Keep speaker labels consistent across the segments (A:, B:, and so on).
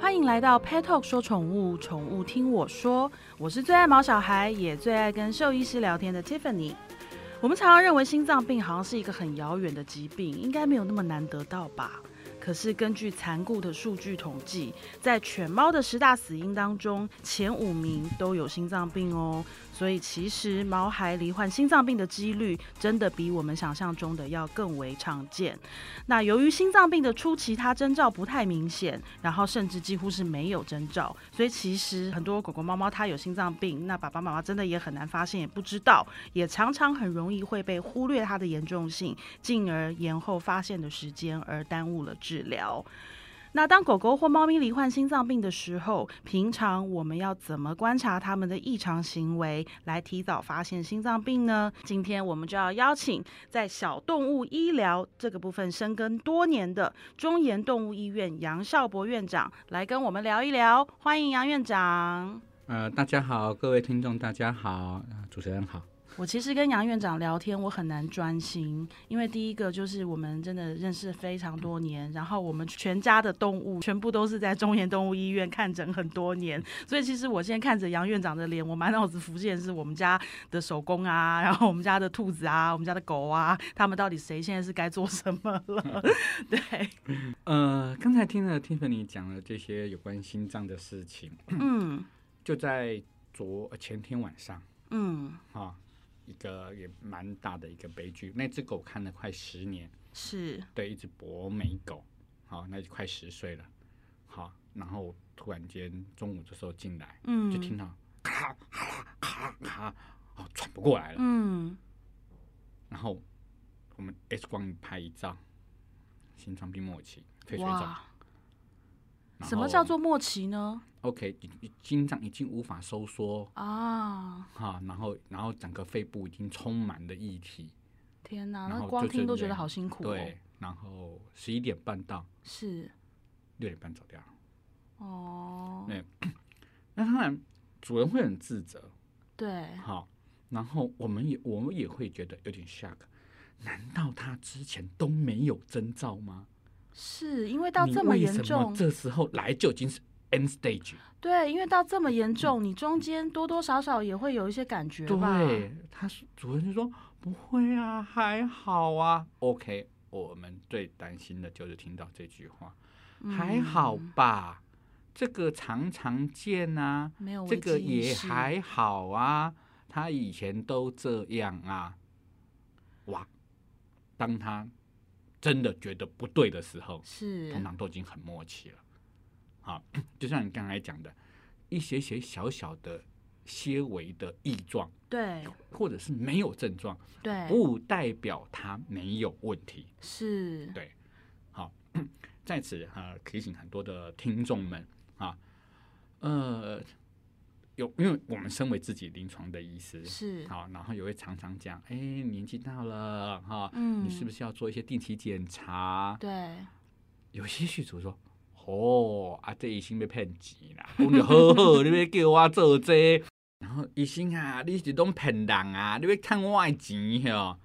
A: 欢迎来到 Pet Talk 说宠物，宠物听我说，我是最爱毛小孩，也最爱跟兽医师聊天的 Tiffany。我们常常认为心脏病好像是一个很遥远的疾病，应该没有那么难得到吧？可是根据残酷的数据统计，在犬猫的十大死因当中，前五名都有心脏病哦。所以其实毛孩罹患心脏病的几率，真的比我们想象中的要更为常见。那由于心脏病的初期，它征兆不太明显，然后甚至几乎是没有征兆，所以其实很多狗狗、猫猫它有心脏病，那爸爸妈妈真的也很难发现，也不知道，也常常很容易会被忽略它的严重性，进而延后发现的时间，而耽误了治疗。那当狗狗或猫咪罹患心脏病的时候，平常我们要怎么观察它们的异常行为，来提早发现心脏病呢？今天我们就要邀请在小动物医疗这个部分深耕多年的中研动物医院杨孝博院长来跟我们聊一聊。欢迎杨院长。
B: 呃，大家好，各位听众，大家好，呃主持人好。
A: 我其实跟杨院长聊天，我很难专心，因为第一个就是我们真的认识非常多年，然后我们全家的动物全部都是在中研动物医院看诊很多年，所以其实我现在看着杨院长的脸，我满脑子浮现是我们家的手工啊，然后我们家的兔子啊，我们家的狗啊，他们到底谁现在是该做什么了？
B: 嗯
A: 对，
B: 呃，刚才听了 Tiffany 讲了这些有关心脏的事情，
A: 嗯
B: 就在昨呃前天晚上
A: 嗯，
B: 啊、一个也蛮大的一个悲剧。那只狗看了快十年，
A: 是
B: 对，一只博美狗，好、那就快十岁了，好、然后我突然间中午的时候进来，就
A: 嗯
B: 听到咔啦咔啦咔啦咔啦，哦，喘不过来了。
A: 嗯
B: 然后我们 X 光一拍一照，心脏病末期，肺水肿。
A: 哇，什么叫做末期呢？
B: OK？已已心脏已经无法收缩
A: 啊，
B: 哈、然后然后整个肺部已经充满了液体，
A: 天哪，
B: 然
A: 那
B: 后
A: 光
B: 就
A: 听都
B: 是
A: 觉得
B: 人
A: 好辛苦哦。
B: 对，然后十一点半到
A: 是
B: 六点半走掉了。
A: 哦，
B: 对那当然，主人会很自责，
A: 对，
B: 好、然后我们也我们也会觉得有点 shock。难道他之前都没有征兆吗？
A: 是因为到
B: 你
A: 这么
B: 为
A: 严
B: 什
A: 重，
B: 这时候来就已经是 end stage。
A: 对，因为到这么严重，你中间多多少少也会有一些感觉吧？
B: 对，他说主任就说不会啊，还好啊。OK，我们最担心的就是听到这句话，
A: 嗯，
B: 还好吧，这个常常见啊，
A: 没有
B: 这
A: 危
B: 个
A: 机意
B: 也
A: 识
B: 还好啊，他以前都这样啊。哇，当他真的觉得不对的时候，通
A: 是
B: 常都已经很默契了。好， 就像你刚才讲的，一些些小小的、些微的异状。
A: 对
B: 或者是没有症状，
A: 对
B: 不代表他没有问题。
A: 是，
B: 对在此啊、呃提醒很多的听众们啊，呃，有因为我们身为自己临床的医师，
A: 是
B: 好，然后也会常常讲，哎，年纪大了哈，
A: 嗯，
B: 你是不
A: 是
B: 是要做一些定期检查？
A: 对？
B: 有些续主说。哦，啊，这医生被骗钱啦！讲得好好， 你要叫我做这然后医生啊，你是拢骗人啊！你要看我的钱哟。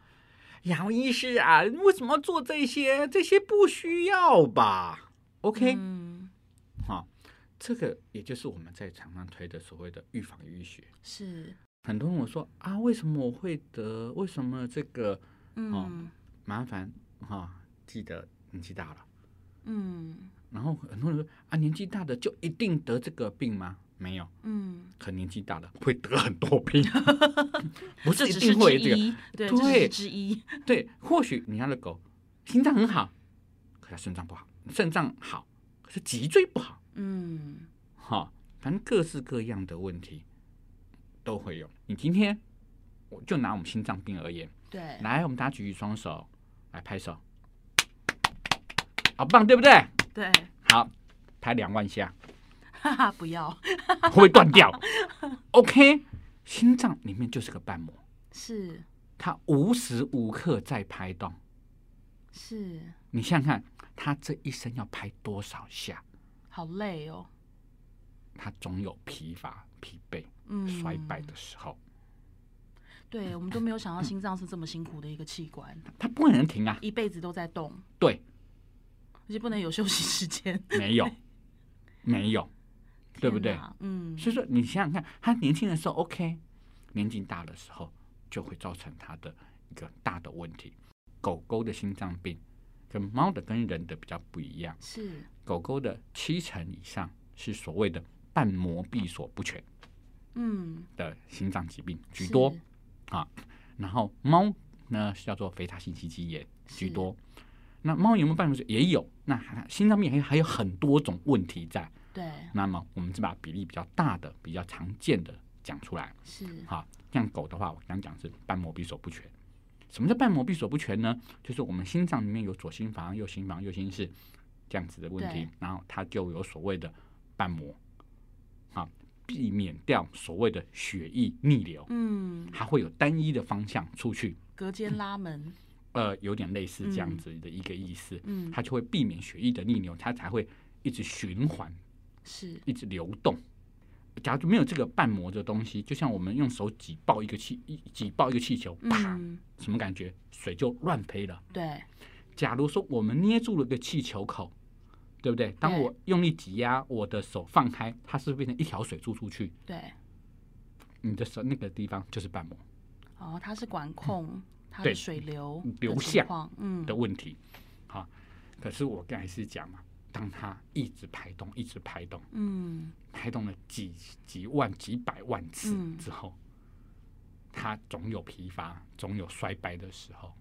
B: 杨医师啊，你为什么要做这些？这些不需要吧？OK，
A: 嗯，
B: 好、这个也就是我们在常常推的所谓的预防医学。
A: 是，
B: 很多人我说啊，为什么我会得？为什么这个
A: 嗯
B: 麻烦哈、记得年纪大了。
A: 嗯
B: 然后很多人说啊，年纪大的就一定得这个病吗？没有，
A: 嗯，
B: 可年纪大的会得很多 病，不
A: 这
B: 是
A: 只是
B: 一定
A: 之
B: 会有这个。
A: 一，对，这只是
B: 对
A: 之一，
B: 对，或许你家的狗心脏很好，可它肾脏不好；肾脏好，可是脊椎不好。
A: 嗯，
B: 哈、反正各式各样的问题都会有。你今天我就拿我们心脏病而言，
A: 对，
B: 来，我们大家举起双手来拍手，好棒，对不对？
A: 对，
B: 好，拍两万下。
A: 哈哈，不要，
B: 会不会断掉？OK，心脏里面就是个瓣膜，
A: 是
B: 它无时无刻在拍动。
A: 是，
B: 你想想看，它这一生要拍多少下，
A: 好累哦，
B: 它总有疲乏、疲惫、
A: 嗯，
B: 衰败的时候，
A: 对，我们都没有想到心脏是这么辛苦的一个器官，
B: 它不可能停啊。
A: 一辈子都在动，
B: 对，
A: 而且不能有休息时间。
B: 没有。没有，对不对
A: 天？哪？嗯，
B: 所以说你想想看，他年轻的时候 OK，年纪大的时候就会造成他的一个大的问题。狗狗的心脏病跟猫的跟人的比较不一样，
A: 是
B: 狗狗的七成以上是所谓的瓣膜闭锁不全
A: 嗯
B: 的心脏疾病居多。
A: 是
B: 然后猫呢是叫做肥大性脊肌炎居
A: 是
B: 多。那猫有没有办法说？也有。那还心脏病还有还有很多种问题在。
A: 对
B: 那么我们只把比例比较大的、比较常见的讲出来。
A: 是
B: 好，像狗的话，我刚讲是瓣膜闭锁不全。什么叫瓣膜闭锁不全呢？就是我们心脏里面有左心房、右心房、右心室这样子的问题
A: 对，
B: 然后它就有所谓的瓣膜，啊，避免掉所谓的血液逆流，
A: 嗯，
B: 它会有单一的方向出去，
A: 隔间拉门
B: 呃，有点类似这样
A: 嗯
B: 子的一个意思，
A: 嗯
B: 它就会避免血液的逆流，它才会一直循环
A: 是
B: 一直流动。假如没有这个瓣膜的东西，就像我们用手挤爆一个气，一挤爆一个气球，啪，
A: 嗯
B: 什么感觉？水就乱飞了。
A: 对
B: 假如说我们捏住了个气球口，对不对？当我用力挤压，我的手放开，它是不是变成一条水柱出去，
A: 对
B: 你的手那个地方就是瓣膜
A: 哦，它是管控它
B: 对
A: 的水流
B: 流
A: 的
B: 向
A: 情况，嗯
B: 的问题。好、可是我刚才是讲嘛，当它一直排动，一直排动，
A: 嗯
B: 拍动了几几万、几百万次
A: 嗯
B: 之后，它总有疲乏，总有衰败的时候。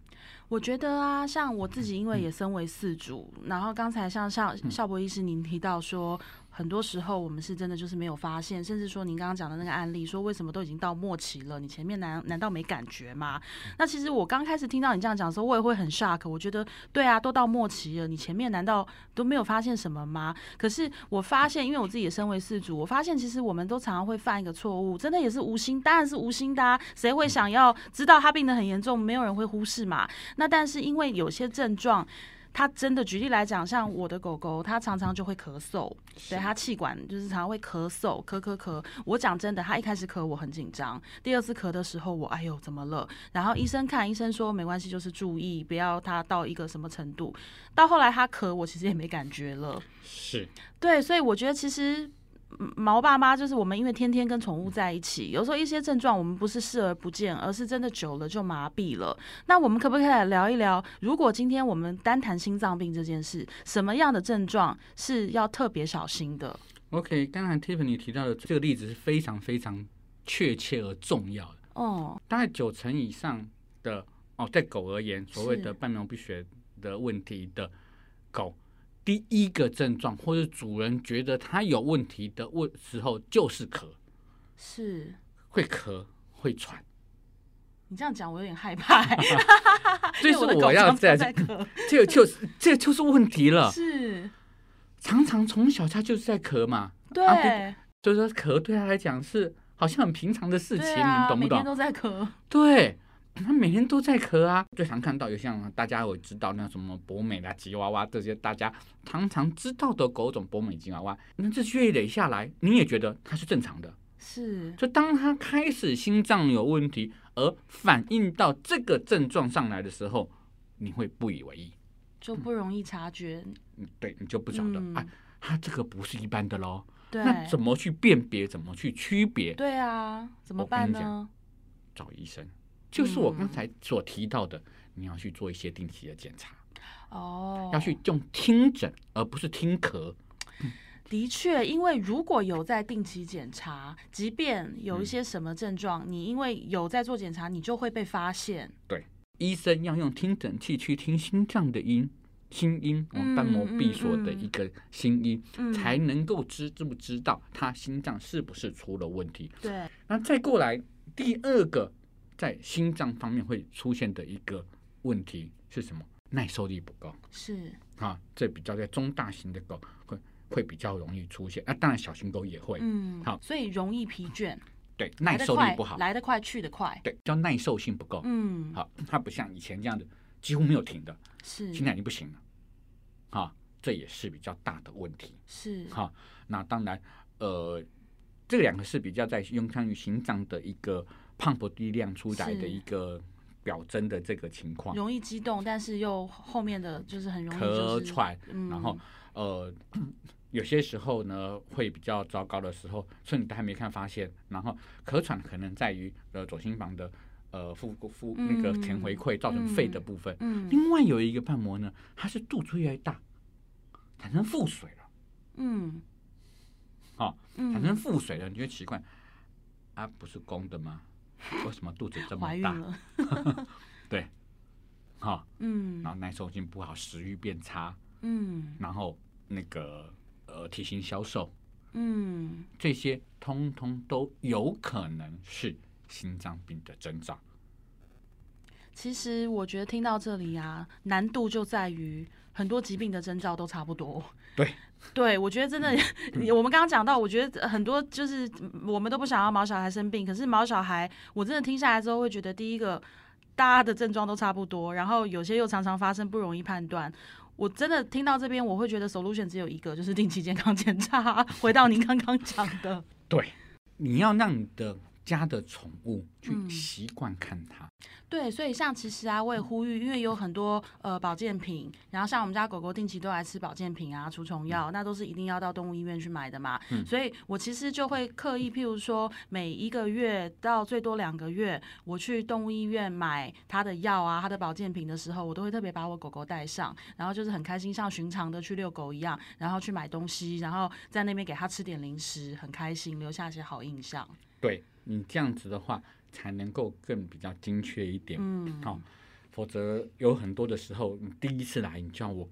A: 我觉得啊，像我自己，因为也身为饲主，然后刚才像像邵博医师您提到说，很多时候我们是真的就是没有发现，甚至说您刚刚讲的那个案例，说为什么都已经到末期了，你前面难难道没感觉吗？那其实我刚开始听到你这样讲的时候，我也会很 shock，我觉得对啊，都到末期了，你前面难道都没有发现什么吗？可是我发现，因为我自己也身为饲主，我发现其实我们都常常会犯一个错误，真的也是无心，当然是无心的、啊，谁会想要知道他病得很严重，没有人会忽视嘛。那但是因为有些症状，它真的举例来讲，像我的狗狗，它常常就会咳嗽，对它气管就是常常会咳嗽，咳咳咳。我讲真的，它一开始咳我很紧张，第二次咳的时候我哎呦怎么了？然后医生看，医生说没关系，就是注意不要它到一个什么程度。到后来它咳，我其实也没感觉了。
B: 是
A: 对，所以我觉得其实。嗯毛爸妈就是我们，因为天天跟宠物在一起，有时候一些症状我们不是视而不见，而是真的久了就麻痹了。那我们可不可以来聊一聊，如果今天我们单谈心脏病这件事，什么样的症状是要特别小心的？
B: OK。刚才 Tiffany 提到的这个例子是非常非常确切而重要的，
A: 哦，
B: 大概九成以上的哦，在狗而言，所谓
A: 是
B: 的半毛必血的问题的狗。第一个症状，或者主人觉得它有问题的问时候，就是咳，
A: 是
B: 会咳，会喘。
A: 你这样讲，我有点害怕、欸。
B: 这
A: 因为
B: 是
A: 我的
B: 我
A: 狗
B: 要啊
A: 常
B: 在
A: 常在 咳，
B: 这个就是这个就是问题了。
A: 是，
B: 常常从小他就是在咳嘛，
A: 对，
B: 啊就是说咳对他来讲是好像很平常的事情，
A: 对啊，
B: 你懂不
A: 每天
B: 懂？
A: 都在 咳，
B: 对，他每天都在咳啊。最常看到有像大家会知道那什么博美啦、吉娃娃这些大家常常知道的狗种，博美、吉娃娃，那这血累下来，你也觉得它是正常的。
A: 是，
B: 就当他开始心脏有问题，而反映到这个症状上来的时候，你会不以为意。
A: 就不容易察觉。
B: 嗯，对你就不晓得、
A: 嗯
B: 啊，它这个不是一般的喽。
A: 对，
B: 那怎么去辨别？怎么去区别？
A: 对啊，怎么
B: 我跟你
A: 办
B: 讲
A: 呢？
B: 找医生，就是我刚
A: 嗯
B: 才所提到的，你要去做一些定期的检查，
A: 哦，
B: 要去用听诊，而不是听咳。
A: 的确，因为如果有在定期检查，即便有一些什么症状，你因为有在做检查，你就会被发现。
B: 医生要用听诊器去听心脏的音。心音，我们瓣膜闭锁的
A: 嗯嗯嗯
B: 一个心音，
A: 嗯
B: 才能够知知不知道他心脏是不是出了问题。
A: 对，
B: 那再过来第二个，在心脏方面会出现的一个问题是什么？耐受力不够
A: 是，
B: 啊，这比较在中大型的狗会会比较容易出现。那、当然小型狗也会，
A: 嗯，
B: 好
A: 所以容易疲倦，
B: 对，耐受力
A: 来得快
B: 不好，
A: 来得快去得快。
B: 对，叫耐受性不够。
A: 嗯，
B: 好，它不像以前这样子几乎没有停的，
A: 是
B: 现在已经不行了，啊，这也是比较大的问题。
A: 是，
B: 好，那当然，呃，这两个是比较在用上于心脏的一个 pump 力量出来的
A: 是
B: 一个表征的这个情况，
A: 容易激动，但是又后面的就是很容易
B: 咳
A: 就是
B: 喘，
A: 嗯，
B: 然后呃，有些时候呢会比较糟糕的时候，趁你都还没看发现，然后咳喘可能在于呃左心房的呃负负那个前回馈造成肺的部分。
A: 嗯
B: 另外有一个瓣膜呢，它是肚子越来越大，产生腹水了，
A: 嗯，
B: 哦，
A: 嗯
B: 产生腹水了，你就会奇怪，啊，不是公 的吗？为什么肚子这么
A: 怀孕
B: 大？
A: 了，
B: 对，好、
A: 嗯
B: 然后耐受性不好，食欲变差，
A: 嗯
B: 然后那个呃体型消瘦，
A: 嗯
B: 这些通通都有可能是心脏病的征兆。
A: 其实我觉得听到这里啊，难度就在于很多疾病的征兆都差不多。
B: 对，
A: 对我觉得真的，我们刚刚讲到，我觉得很多就是嗯我们都不想要毛小孩生病，可是毛小孩，我真的听下来之后会觉得，第一个大家的症状都差不多，然后有些又常常发生，不容易判断。我真的听到这边，我会觉得 solution 只有一个，就是定期健康检查。 回到您刚刚讲的，
B: 对，你要让你的家的宠物去
A: 嗯
B: 习惯看它。
A: 对，所以像其实啊，我也呼吁，因为有很多呃保健品，然后像我们家狗狗定期都来吃保健品啊、除虫药，那都是一定要到动物医院去买的嘛。所以我其实就会刻意，譬如说每一个月到最多两个月，我去动物医院买它的药啊、它的保健品的时候，我都会特别把我狗狗带上，然后就是很开心，像寻常的去遛狗一样，然后去买东西，然后在那边给它吃点零食，很开心，留下一些好印象。
B: 对你这样子的话，才能够更比较精确一点。
A: 嗯，
B: 好、否则有很多的时候，你第一次来，你叫我，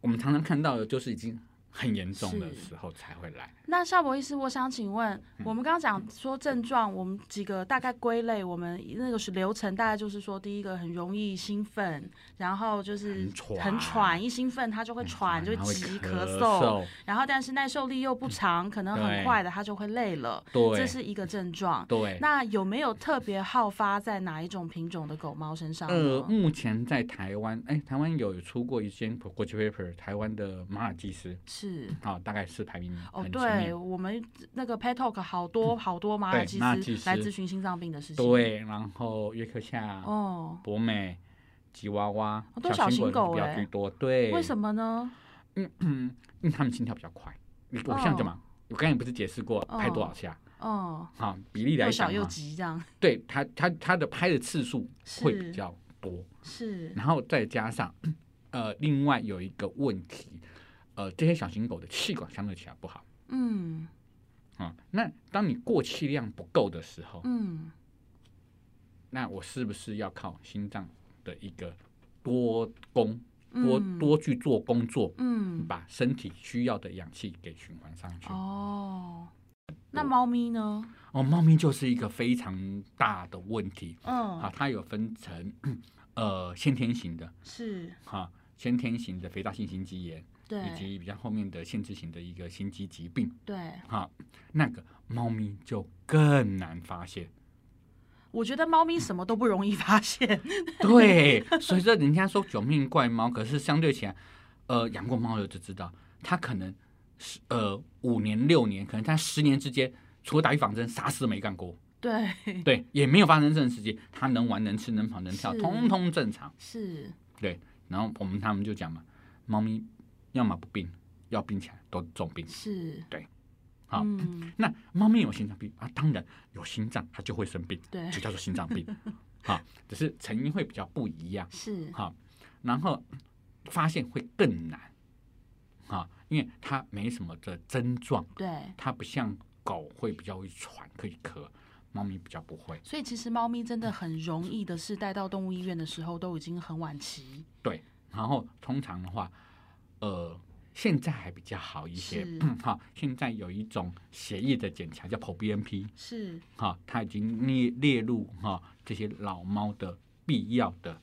B: 我们常常看到的就是已经很严重的
A: 是
B: 时候才会来。
A: 那夏博医师，我想请问，
B: 嗯
A: 我们刚刚讲说症状，我们几个大概归类，我们那个是流程，大概就是说，第一个很容易兴奋，然后就是
B: 很喘
A: 很喘，一兴奋它就会喘，就
B: 嗯然后会
A: 急
B: 咳嗯
A: 嗽，，然后但是耐受力又不长，可能很
B: 对
A: 快的它就会累了，这
B: 对
A: 是一个症状。
B: 对。
A: 那有没有特别好发在哪一种品种的狗猫身上
B: 呃，
A: 呢？
B: 目前在台湾，哎，台湾有出过一间国际 paper，台湾的马尔济斯，
A: 是。
B: 好、大概是排名
A: 哦，
B: 很前
A: 对
B: 面。
A: 我们那个 Pet Talk 好多好多马尔
B: 对
A: 济
B: 马尔济
A: 斯来
B: 斯
A: 咨询心脏病的事情。，
B: 对，然后约克夏、
A: 哦，
B: 博美、吉娃娃
A: 哦、都小
B: 型
A: 型狗
B: 比较
A: 哎
B: 居多。对，
A: 为什么呢？
B: 因为他们心跳比较快。你我
A: 哦
B: 像什么？我刚才不是解释过
A: 哦
B: 拍多少下？
A: 哦，
B: 啊，比例来
A: 又小
B: 讲
A: 又
B: 嘛，
A: 急这样，
B: 对它它它的拍的次数会比
A: 是嗯
B: 较多，
A: 是，
B: 然后再加上呃，另外有一个问题，呃，这些小型狗的气管相对起来不好
A: 嗯
B: 啊。那当你过气量不够的时候，
A: 嗯
B: 那我是不是要靠心脏的一个多工多
A: 嗯
B: 多去做工作，
A: 嗯，
B: 把身体需要的氧气给循环上去？
A: 哦，那猫咪呢？
B: 哦，猫咪就是一个非常大的问题啊
A: 嗯，，
B: 它有分成呃先天型的
A: 是，
B: 哈、先天型的肥大性心肌炎，以
A: 对
B: 及比较后面的限制型的一个心肌疾病
A: 对，
B: 哈、那个猫咪就更难发现。
A: 我觉得猫咪什么都不容易发现，
B: 对，所以说人家说九命怪猫，可是相对起来，呃，养过猫的就知道，它可能是呃五年六年，可能它十年之间，除了打预防针，啥事都没干过。
A: 对，
B: 对，也没有发生这种事情，它能玩能吃能跑能跳，
A: 是
B: 通通正常。
A: 是，
B: 然后我们他们就讲嘛，猫咪要么不病，要病起来都重病。
A: 是，
B: 对，好
A: 嗯，
B: 那猫咪有心脏病啊，当然有心脏，它就会生病，
A: 对
B: 就，叫做心脏病。好，只是成因会比较不一样。
A: 是，
B: 好，然后发现会更难啊，因为它没什么的症状，
A: 对，
B: 它不像狗会比较会喘，可以咳，猫咪比较不会。
A: 所以其实猫咪真的很容易的是带到动物医院的时候都已经很晚期，
B: 对，然后通常的话，呃，现在还比较好一些嗯
A: 是，
B: 哈、现在有一种血液的检查叫 ProBNP，
A: 是，
B: 哈、它已经列列入哈、这些老猫的必要的，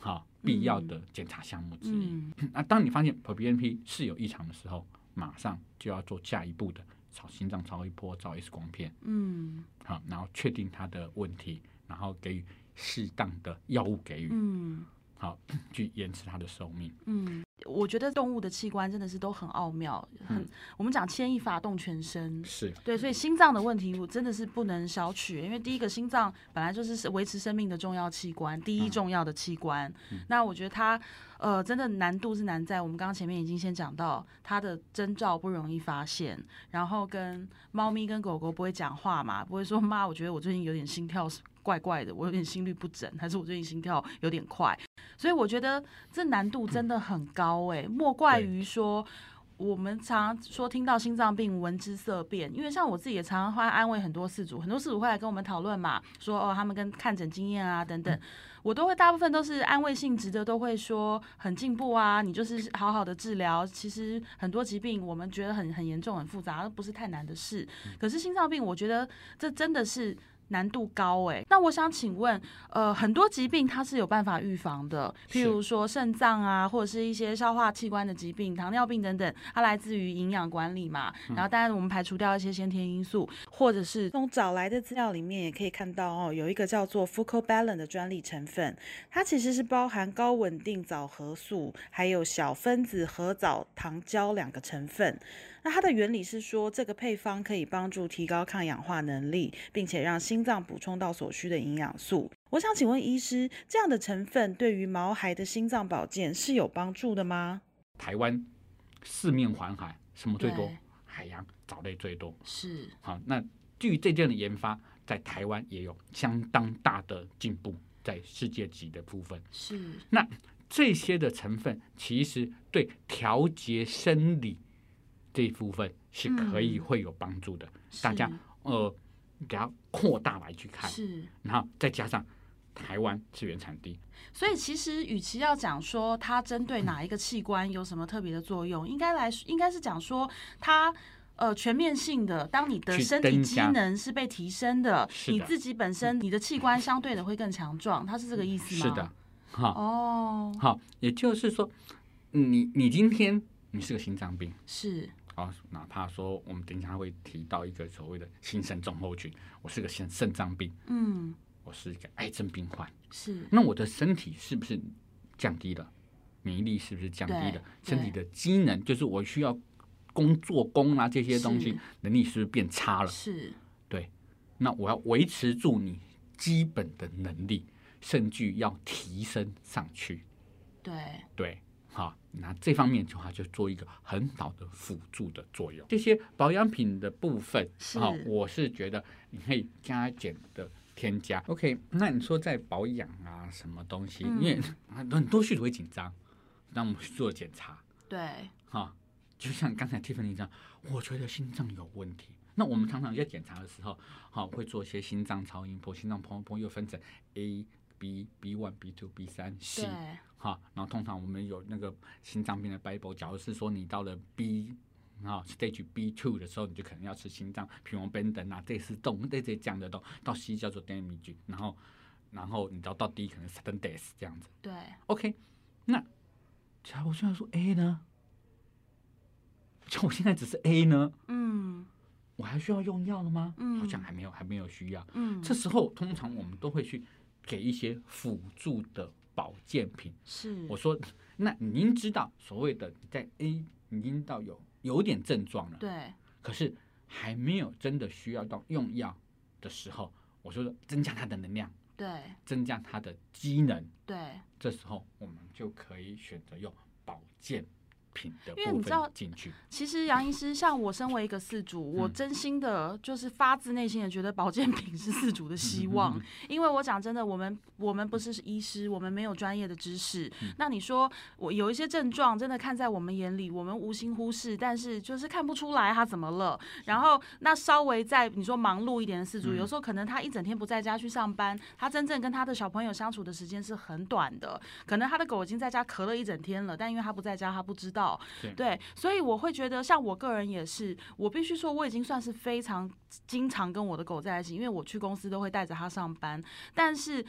B: 哈、必要的检查项目之一。
A: 嗯，
B: 那、当你发现 ProBNP 是有异常的时候，马上就要做下一步的超心脏超音波、照 X 光片，
A: 嗯，
B: 好、然后确定它的问题，然后给予适当的药物给予，
A: 嗯，
B: 好、去延迟它的寿命。
A: 嗯，我觉得动物的器官真的是都很奥妙，很、
B: 嗯
A: 我们讲牵一发动全身。
B: 是
A: 对，所以心脏的问题我真的是不能小觑，因为第一个心脏本来就是维持生命的重要器官，第一重要的器官。那我觉得它呃真的难度是难在我们刚刚前面已经先讲到它的征兆不容易发现，然后跟猫咪跟狗狗不会讲话嘛，不会说妈，我觉得我最近有点心跳怪怪的，我有点心率不整，还是我最近心跳有点快，所以我觉得这难度真的很高哎、莫怪
B: 对
A: 于说。我们常说听到心脏病闻之色变，因为像我自己也常常会安慰很多事主，很多事主会来跟我们讨论嘛，说哦他们跟看诊经验啊等等，我都会大部分都是安慰性质的，都会说很进步啊，你就是好好的治疗。其实很多疾病我们觉得很很严重、很复杂，不是太难的事。可是心脏病，我觉得这真的是。难度高哎、那我想请问，呃，很多疾病它是有办法预防的，譬
B: 是
A: 如说肾脏啊，或者是一些消化器官的疾病、糖尿病等等，它来自于营养管理嘛。然后当然我们排除掉一些先天因素，或者是从找来的资料里面也可以看到哦，有一个叫做 Focal Balance 的专利成分，它其实是包含高稳定藻核素，还有小分子核藻糖胶两个成分。那它的原理是说，这个配方可以帮助提高抗氧化能力，并且让心脏补充到所需的营养素。我想请问医师，这样的成分对于毛孩的心脏保健是有帮助的吗？
B: 台湾四面环海，什么最多
A: 对？
B: 海洋藻类最多。
A: 是，
B: 好，那对于这件的研发，在台湾也有相当大的进步，在世界级的部分。
A: 是，
B: 那这些的成分其实对调节生理这一部分是可以
A: 嗯
B: 会有帮助的。大家呃，给它扩大来去看，
A: 是。
B: 然后再加上台湾是原产地，
A: 所以其实，与其要讲说它针对哪一个器官有什么特别的作用，应该来说应该是讲说它。呃，全面性的，当你的
B: 去
A: 身体
B: 增
A: 机
B: 加
A: 能是被提升的，
B: 是的
A: 你自己本身你的器官相对的会更强壮，它是这个意思吗？
B: 是的，。哈、
A: 哦，
B: 好，也就是说，你你今天你是个心脏病。
A: 是
B: 啊，哪怕说我们等一下会提到一个所谓的新生症候群，我是个肾肾脏病，
A: 嗯，
B: 我是一个癌症病患，
A: 是
B: 那我的身体是不是降低了？免疫力是不是降低了？
A: 对
B: 身体的机能就是我需要工做工啊这些东
A: 是
B: 西能力是不是变差了？
A: 是，
B: 对，那我要维持住你基本的能力，甚至要提升上去。
A: 对，
B: 对，好，那这方面的话就做一个很好的辅助的作用。这些保养品的部分，
A: 是
B: 好，我是觉得你可以加减的添加。OK，那你说在保养啊，什么东西？
A: 嗯
B: 因为很多很多续主会紧张，那我们去做检查，
A: 对，
B: 哈，就像刚才 Tiffany 这样，我觉得心脏有问题。那我们常常在检查的时候，好会做一些心脏超音波，心脏超音波又分成 A、B、B one、B two、B 三、C
A: 对，。
B: 好，然后通常我们有那个心脏病的 Bible，假如是说你到了 B 啊 stage B two 的时候，你就可能要吃心脏平衡 b e n d 啊，这是动这这这样的动，到 C 叫做 damage，然后然后你到到 D 可能 sudden death 这样子。
A: 对，
B: OK，那假如我现在说 A 呢？假如我现在只是 A 呢？
A: 嗯
B: 我还需要用药了吗？
A: 嗯
B: 好像还没有，还没有需要。
A: 嗯，
B: 这时候通常我们都会去给一些辅助的保健品。
A: 是
B: 我说，那你已经知道所谓的你在 A 已经到有有点症状了，
A: 对
B: 可是还没有真的需要到用药的时候，我说增加它的能量，
A: 对
B: 增加它的机能，
A: 对，
B: 这时候我们就可以选择用保健品的
A: 因为你
B: 部
A: 知道
B: 分进去。
A: 其实杨医师，像我身为一个饲主，我
B: 嗯
A: 真心的，就是发自内心的觉得保健品是饲主的希望，因为我讲真的，我们我们不是医师，我们没有专业的知识。那你说我有一些症状，真的看在我们眼里，我们无心忽视，但是就是看不出来他怎么了。然后那稍微在你说忙碌一点的饲主，有时候可能他一整天不在家去上班，他真正跟他的小朋友相处的时间是很短的，可能他的狗已经在家咳了一整天了，但因为他不在家，他不知道。
B: 对
A: 对，所以我会觉得，像我个人也是，我必须说，我已经算是非常经常跟我的狗在一起，因为我去公司都会带着它上班，但是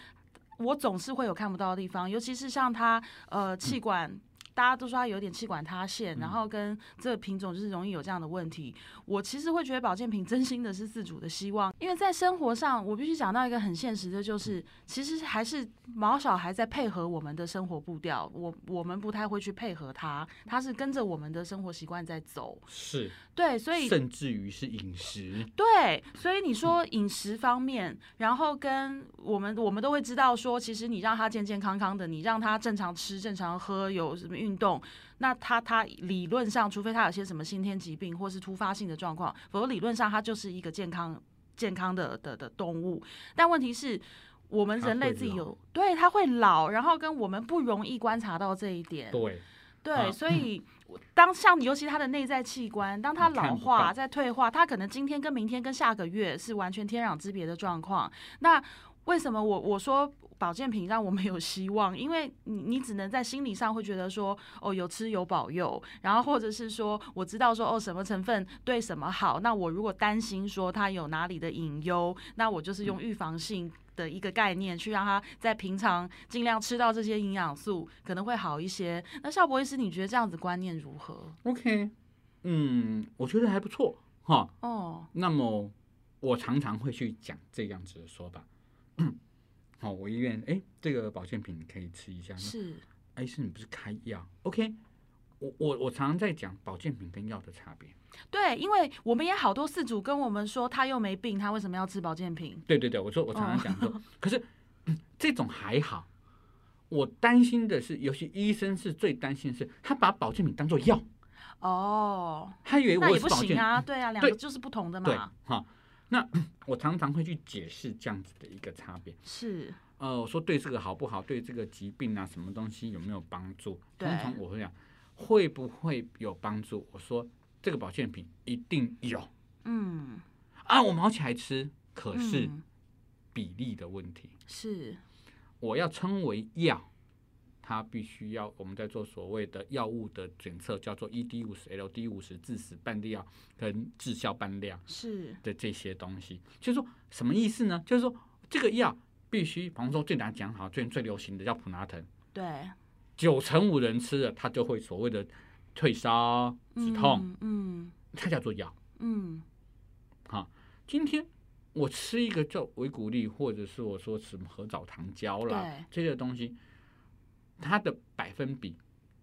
A: 我总是会有看不到的地方，尤其是像它呃气管。大家都说它有点气管塌陷，然后跟这个品种就是容易有这样的问题。我其实会觉得保健品真心的是自主的希望，因为在生活上，我必须讲到一个很现实的，就是其实还是毛小孩在配合我们的生活步调，我我们不太会去配合它，它是跟着我们的生活习惯在走。
B: 是，
A: 对，所以
B: 甚至于是饮食，
A: 对，所以你说饮食方面，然后跟我们我们都会知道说，其实你让他健健康康的，你让他正常吃、正常喝，有什么运动，那他他理论上，除非他有些什么先天疾病或是突发性的状况，否则理论上他就是一个健康健康的的的动物。但问题是。我们
B: 它
A: 人类
B: 会
A: 自己
B: 老
A: 有，对，他会老，然后跟我们不容易观察到这一点。
B: 对，
A: 对，
B: 啊
A: 所以我当像尤其他的内在器官，当他
B: 你嗯看
A: 老
B: 不
A: 化
B: 到
A: 在退化，他可能今天跟明天跟下个月是完全天壤之别的状况。那为什么我我说保健品让我们有希望？因为你你只能在心理上会觉得说，哦，有吃有保佑，然后或者是说我知道说哦什么成分对什么好，那我如果担心说它有哪里的隐忧，那我就是
B: 嗯
A: 用预防性。的一个概念，去让它在平常尽量吃到这些营养素，可能会好一些。那邵博医师，你觉得这样子观念如何？
B: OK，嗯，我觉得还不错哈。
A: 哦，
B: 那么我常常会去讲这样子的说法。 好、我医院哎，这个保健品可以吃一
A: 嗯
B: 下。那
A: 是
B: 哎，是你不是开药？OK，我我我常常在讲保健品跟药的差别。
A: 对，因为我们也好多饲主跟我们说，他又没病，他为什么要吃保健品？
B: 对对对，我说我常
A: 哦
B: 常讲说， 可是、嗯这种还好。我担心的是，尤其医生是最担心的是，他把保健品当做药，
A: 哦，
B: 他以为
A: 那
B: 我
A: 也
B: 是
A: 不
B: 保
A: 行
B: 健
A: 啊，对啊，两
B: 对
A: 个就是不同的
B: 对
A: 嘛。
B: 哈。那 我常常会去解释这样子的一个差别。
A: 是，
B: 呃，我说对这个好不好，对这个疾病啊，什么东西有没有帮助？
A: 对
B: 通常我会讲会不会有帮助？我说这个保健品一定有
A: 嗯，
B: 啊，我毛起来吃，可呃是
A: 嗯
B: 比例的问题，
A: 是
B: 我要称为药，它必须要我们在做所谓的药物的检测，叫做 ED 五十、LD 五十致死半量跟致效半量
A: 是，
B: 的这些东西，就是说什么意思呢？就是说这个药必须，比方说最难讲好，最最流行的叫普拿疼。
A: 对，
B: 九成五人吃了，他就会所谓的退烧、止痛，
A: 嗯，
B: 它叫做药。
A: 嗯嗯，
B: 今天我吃一个叫维骨力，或者是我说什么合藻糖胶啦这些东西，它的百分比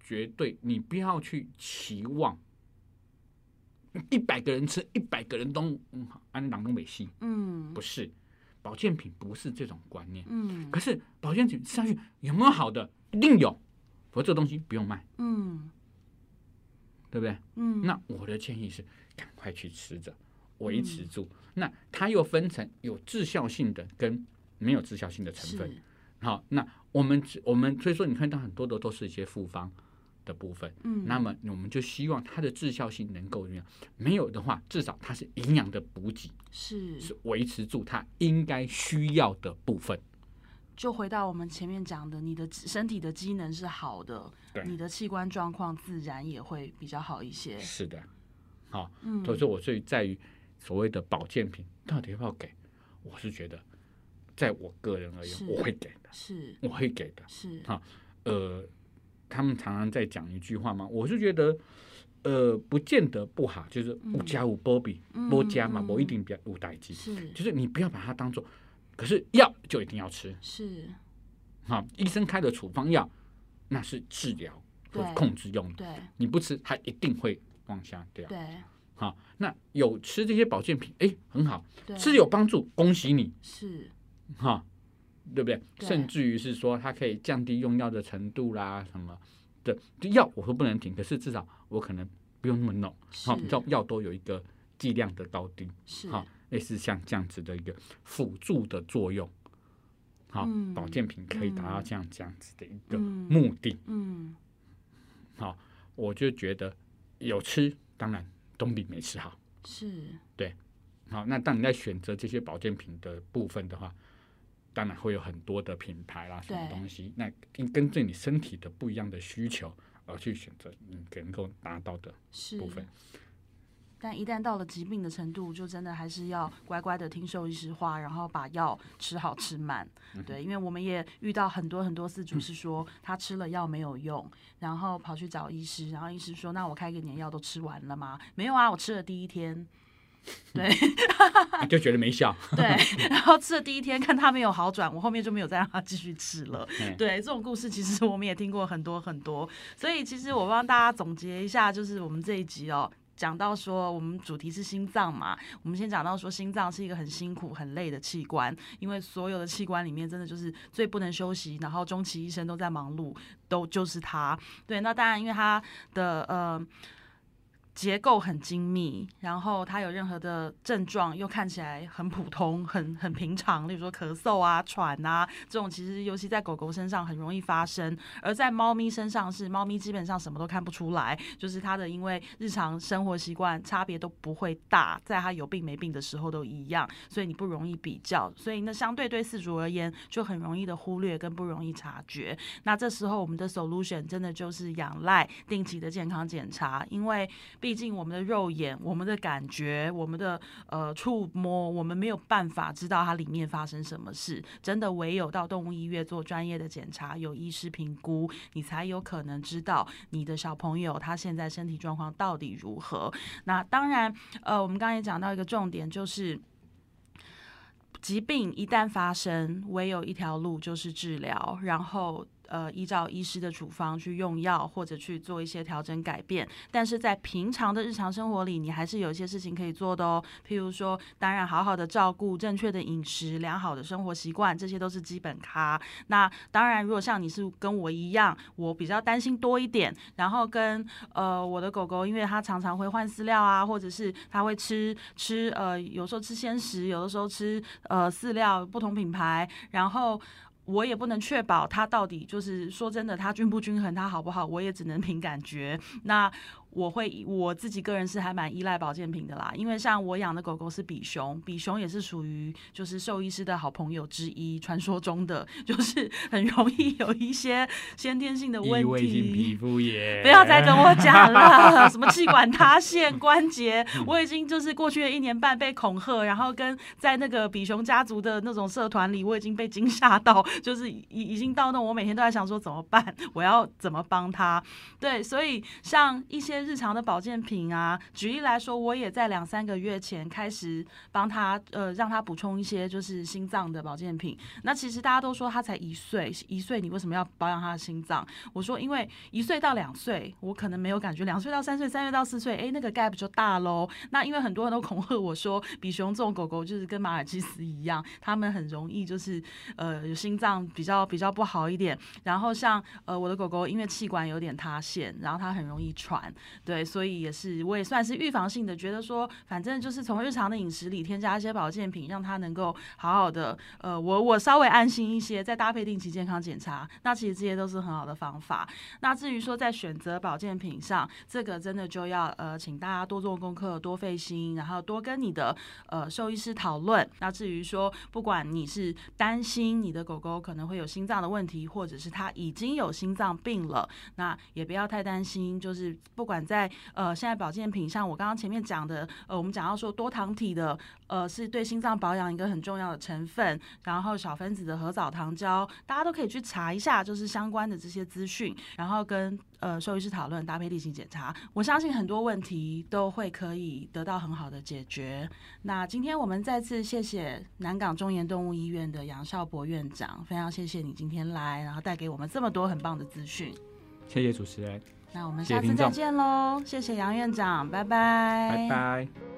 B: 绝对，你不要去期望一百个人吃，一百个人都嗯安朗东美西
A: 嗯，
B: 不是保健品，不是这种观念。
A: 嗯，
B: 可是保健品吃下去有没有好的？一定有，否则这个东西不用卖，
A: 嗯，
B: 对不对？
A: 嗯，
B: 那我的建议是，赶快去吃着，维持住。
A: 嗯
B: 那它又分成有致效性的跟没有致效性的成分。
A: 是，
B: 好，那我们只我们所以说你看到很多的都是一些复方的部分。
A: 嗯，
B: 那么我们就希望它的致效性能够怎么样？没有的话，至少它是营养的补给，
A: 是
B: 是维持住它应该需要的部分。
A: 就回到我们前面讲的，你的机身体的机能是好的，
B: 对
A: 你的器官状况自然也会比较好一些。
B: 是的，好、
A: 嗯，
B: 所以说我最在于所谓的保健品到底要不要给，我是觉得，在我个人而言
A: 是，
B: 我会给的，
A: 是
B: 我会给的。
A: 是，
B: 呃，他们常常在讲一句话嘛，我是觉得，呃，不见得不好，就是五加五波比，波加嘛，
A: 嗯嗯嗯
B: 我一定比五代机，
A: 是
B: 就是你不要把它当做，可是药就一定要吃，
A: 是，
B: 哈，医生开的处方药，那是治疗或
A: 对
B: 控制用的，
A: 对
B: 你不吃，它一定会往下掉。
A: 对
B: 好，那有吃这些保健品，哎，很好，
A: 对，
B: 吃有帮助，恭喜你
A: 是
B: 哈，对不对？
A: 对
B: 甚至于是说它可以降低用药的程度啦，什么的，就药我说不能停，可是至少我可能不用那么弄。好，你知道
A: 是
B: 药都有一个剂量的高低，
A: 是
B: 好，类似像这样子的一个辅助的作用。好，
A: 嗯
B: 保健品可以达到
A: 嗯
B: 这样这样子的一个
A: 嗯
B: 目的。
A: 嗯
B: 好，我就觉得有吃，当然总比没吃好。
A: 是
B: 好，那当你在选择这些保健品的部分的话，当然会有很多的品牌啦，什么
A: 对
B: 东西，那根据你身体的不一样的需求而去选择你能够达到的
A: 是
B: 部分。
A: 但一旦到了疾病的程度，就真的还是要乖乖的听兽医师话，然后把药吃好吃满。对，因为我们也遇到很多很多饲主是说他吃了药没有用，然后跑去找医师，然后医师说：“那我开给你的药都吃完了吗？”没有啊，我吃了第一天。对
B: 啊就觉得没 效。
A: 对，然后吃了第一天，看他没有好转，我后面就没有再让他继续吃了。
B: 嗯
A: 对，这种故事其实我们也听过很多很多，所以其实我帮大家总结一下，就是我们这一集哦。讲到说，我们主题是心脏嘛，我们先讲到说，心脏是一个很辛苦、很累的器官，因为所有的器官里面，真的就是最不能休息，然后终其一生都在忙碌，都就是它。对，那当然，因为它的呃结构很精密，然后它有任何的症状又看起来很普通、很很平常，例如说咳嗽啊、喘啊这种，其实尤其在狗狗身上很容易发生，而在猫咪身上是猫咪基本上什么都看不出来，就是它的因为日常生活习惯差别都不会大，在它有病没病的时候都一样，所以你不容易比较，所以那相对对饲主而言就很容易的忽略跟不容易察觉。那这时候我们的 solution 真的就是仰赖定期的健康检查，因为毕竟我们的肉眼、我们的感觉、我们的呃触摸，我们没有办法知道它里面发生什么事。真的唯有到动物医院做专业的检查，有医师评估，你才有可能知道你的小朋友他现在身体状况到底如何。那当然，呃，我们刚才也讲到一个重点，就是疾病一旦发生，唯有一条路就是治疗，然后呃依照医师的处方去用药或者去做一些调整改变。但是在平常的日常生活里，你还是有一些事情可以做的哦，譬如说，当然好好的照顾、正确的饮食、良好的生活习惯，这些都是基本咖。那当然，如果像你是跟我一样，我比较担心多一点，然后跟呃我的狗狗，因为它常常会换饲料啊，或者是它会吃吃呃，有时候吃鲜食，有的时候吃呃饲料不同品牌，然后。我也不能确保它到底就是说真的，它均不均衡，它好不好，我也只能凭感觉。那我会以我自己个人是还蛮依赖保健品的啦，因为像我养的狗狗是比熊，比熊也是属于就是兽医师的好朋友之一，传说中的 就是很容易有一些先天性的问
B: 异位性皮
A: 题。
B: 肤炎，
A: 不要再跟我讲了，什么气管塌陷、关节，我已经就是过去的一年半被恐吓，然后跟在那个比熊家族的那种社团里，我已经被惊吓到，就是已已经到那种我每天都在想说怎么办，我要怎么帮他。对，所以像一些日常的保健品啊，举例来说，我也在两三个月前开始帮他呃让他补充一些就是心脏的保健品。那其实大家都说他才一岁，一岁你为什么要保养他的心脏？我说，因为一岁到两岁，我可能没有感觉；两岁到三岁，三岁到四岁，哎，那个 gap 就大喽。那因为很多人都恐吓我说，比熊这种狗狗就是跟马尔济斯一样，它们很容易就是呃有心脏比较比较不好一点。然后像呃我的狗狗，因为气管有点塌陷，然后它很容易喘，对，所以也是我也算是预防性的，觉得说反正就是从日常的饮食里添加一些保健品，让它能够好好的呃我我稍微安心一些，再搭配定期健康检查，那其实这些都是很好的方法。那至于说在选择保健品上，这个真的就要呃，请大家多做功课，多费心，然后多跟你的呃兽医师讨论。那至于说，不管你是担心你的狗狗可能会有心脏的问题，或者是它已经有心脏病了，那也不要太担心。就是不管在呃现在保健品，像我刚刚前面讲的，呃，我们讲到说多糖体的呃是对心脏保养一个很重要的成分，然后小分子的合藻糖胶，大家都可以去查一下，就是相关的这些资讯，然后跟呃兽医师讨论，搭配例行检查，我相信很多问题都会可以得到很好的解决。那今天我们再次谢谢南港中研动物医院的杨孝博院长，非常谢谢你今天来，然后带给我们这么多很棒的资讯。
B: 谢谢主持人，
A: 那我们
B: 谢谢
A: 下次
B: 听
A: 再
B: 众
A: 见喽，谢谢杨院长，拜拜，
B: 拜拜。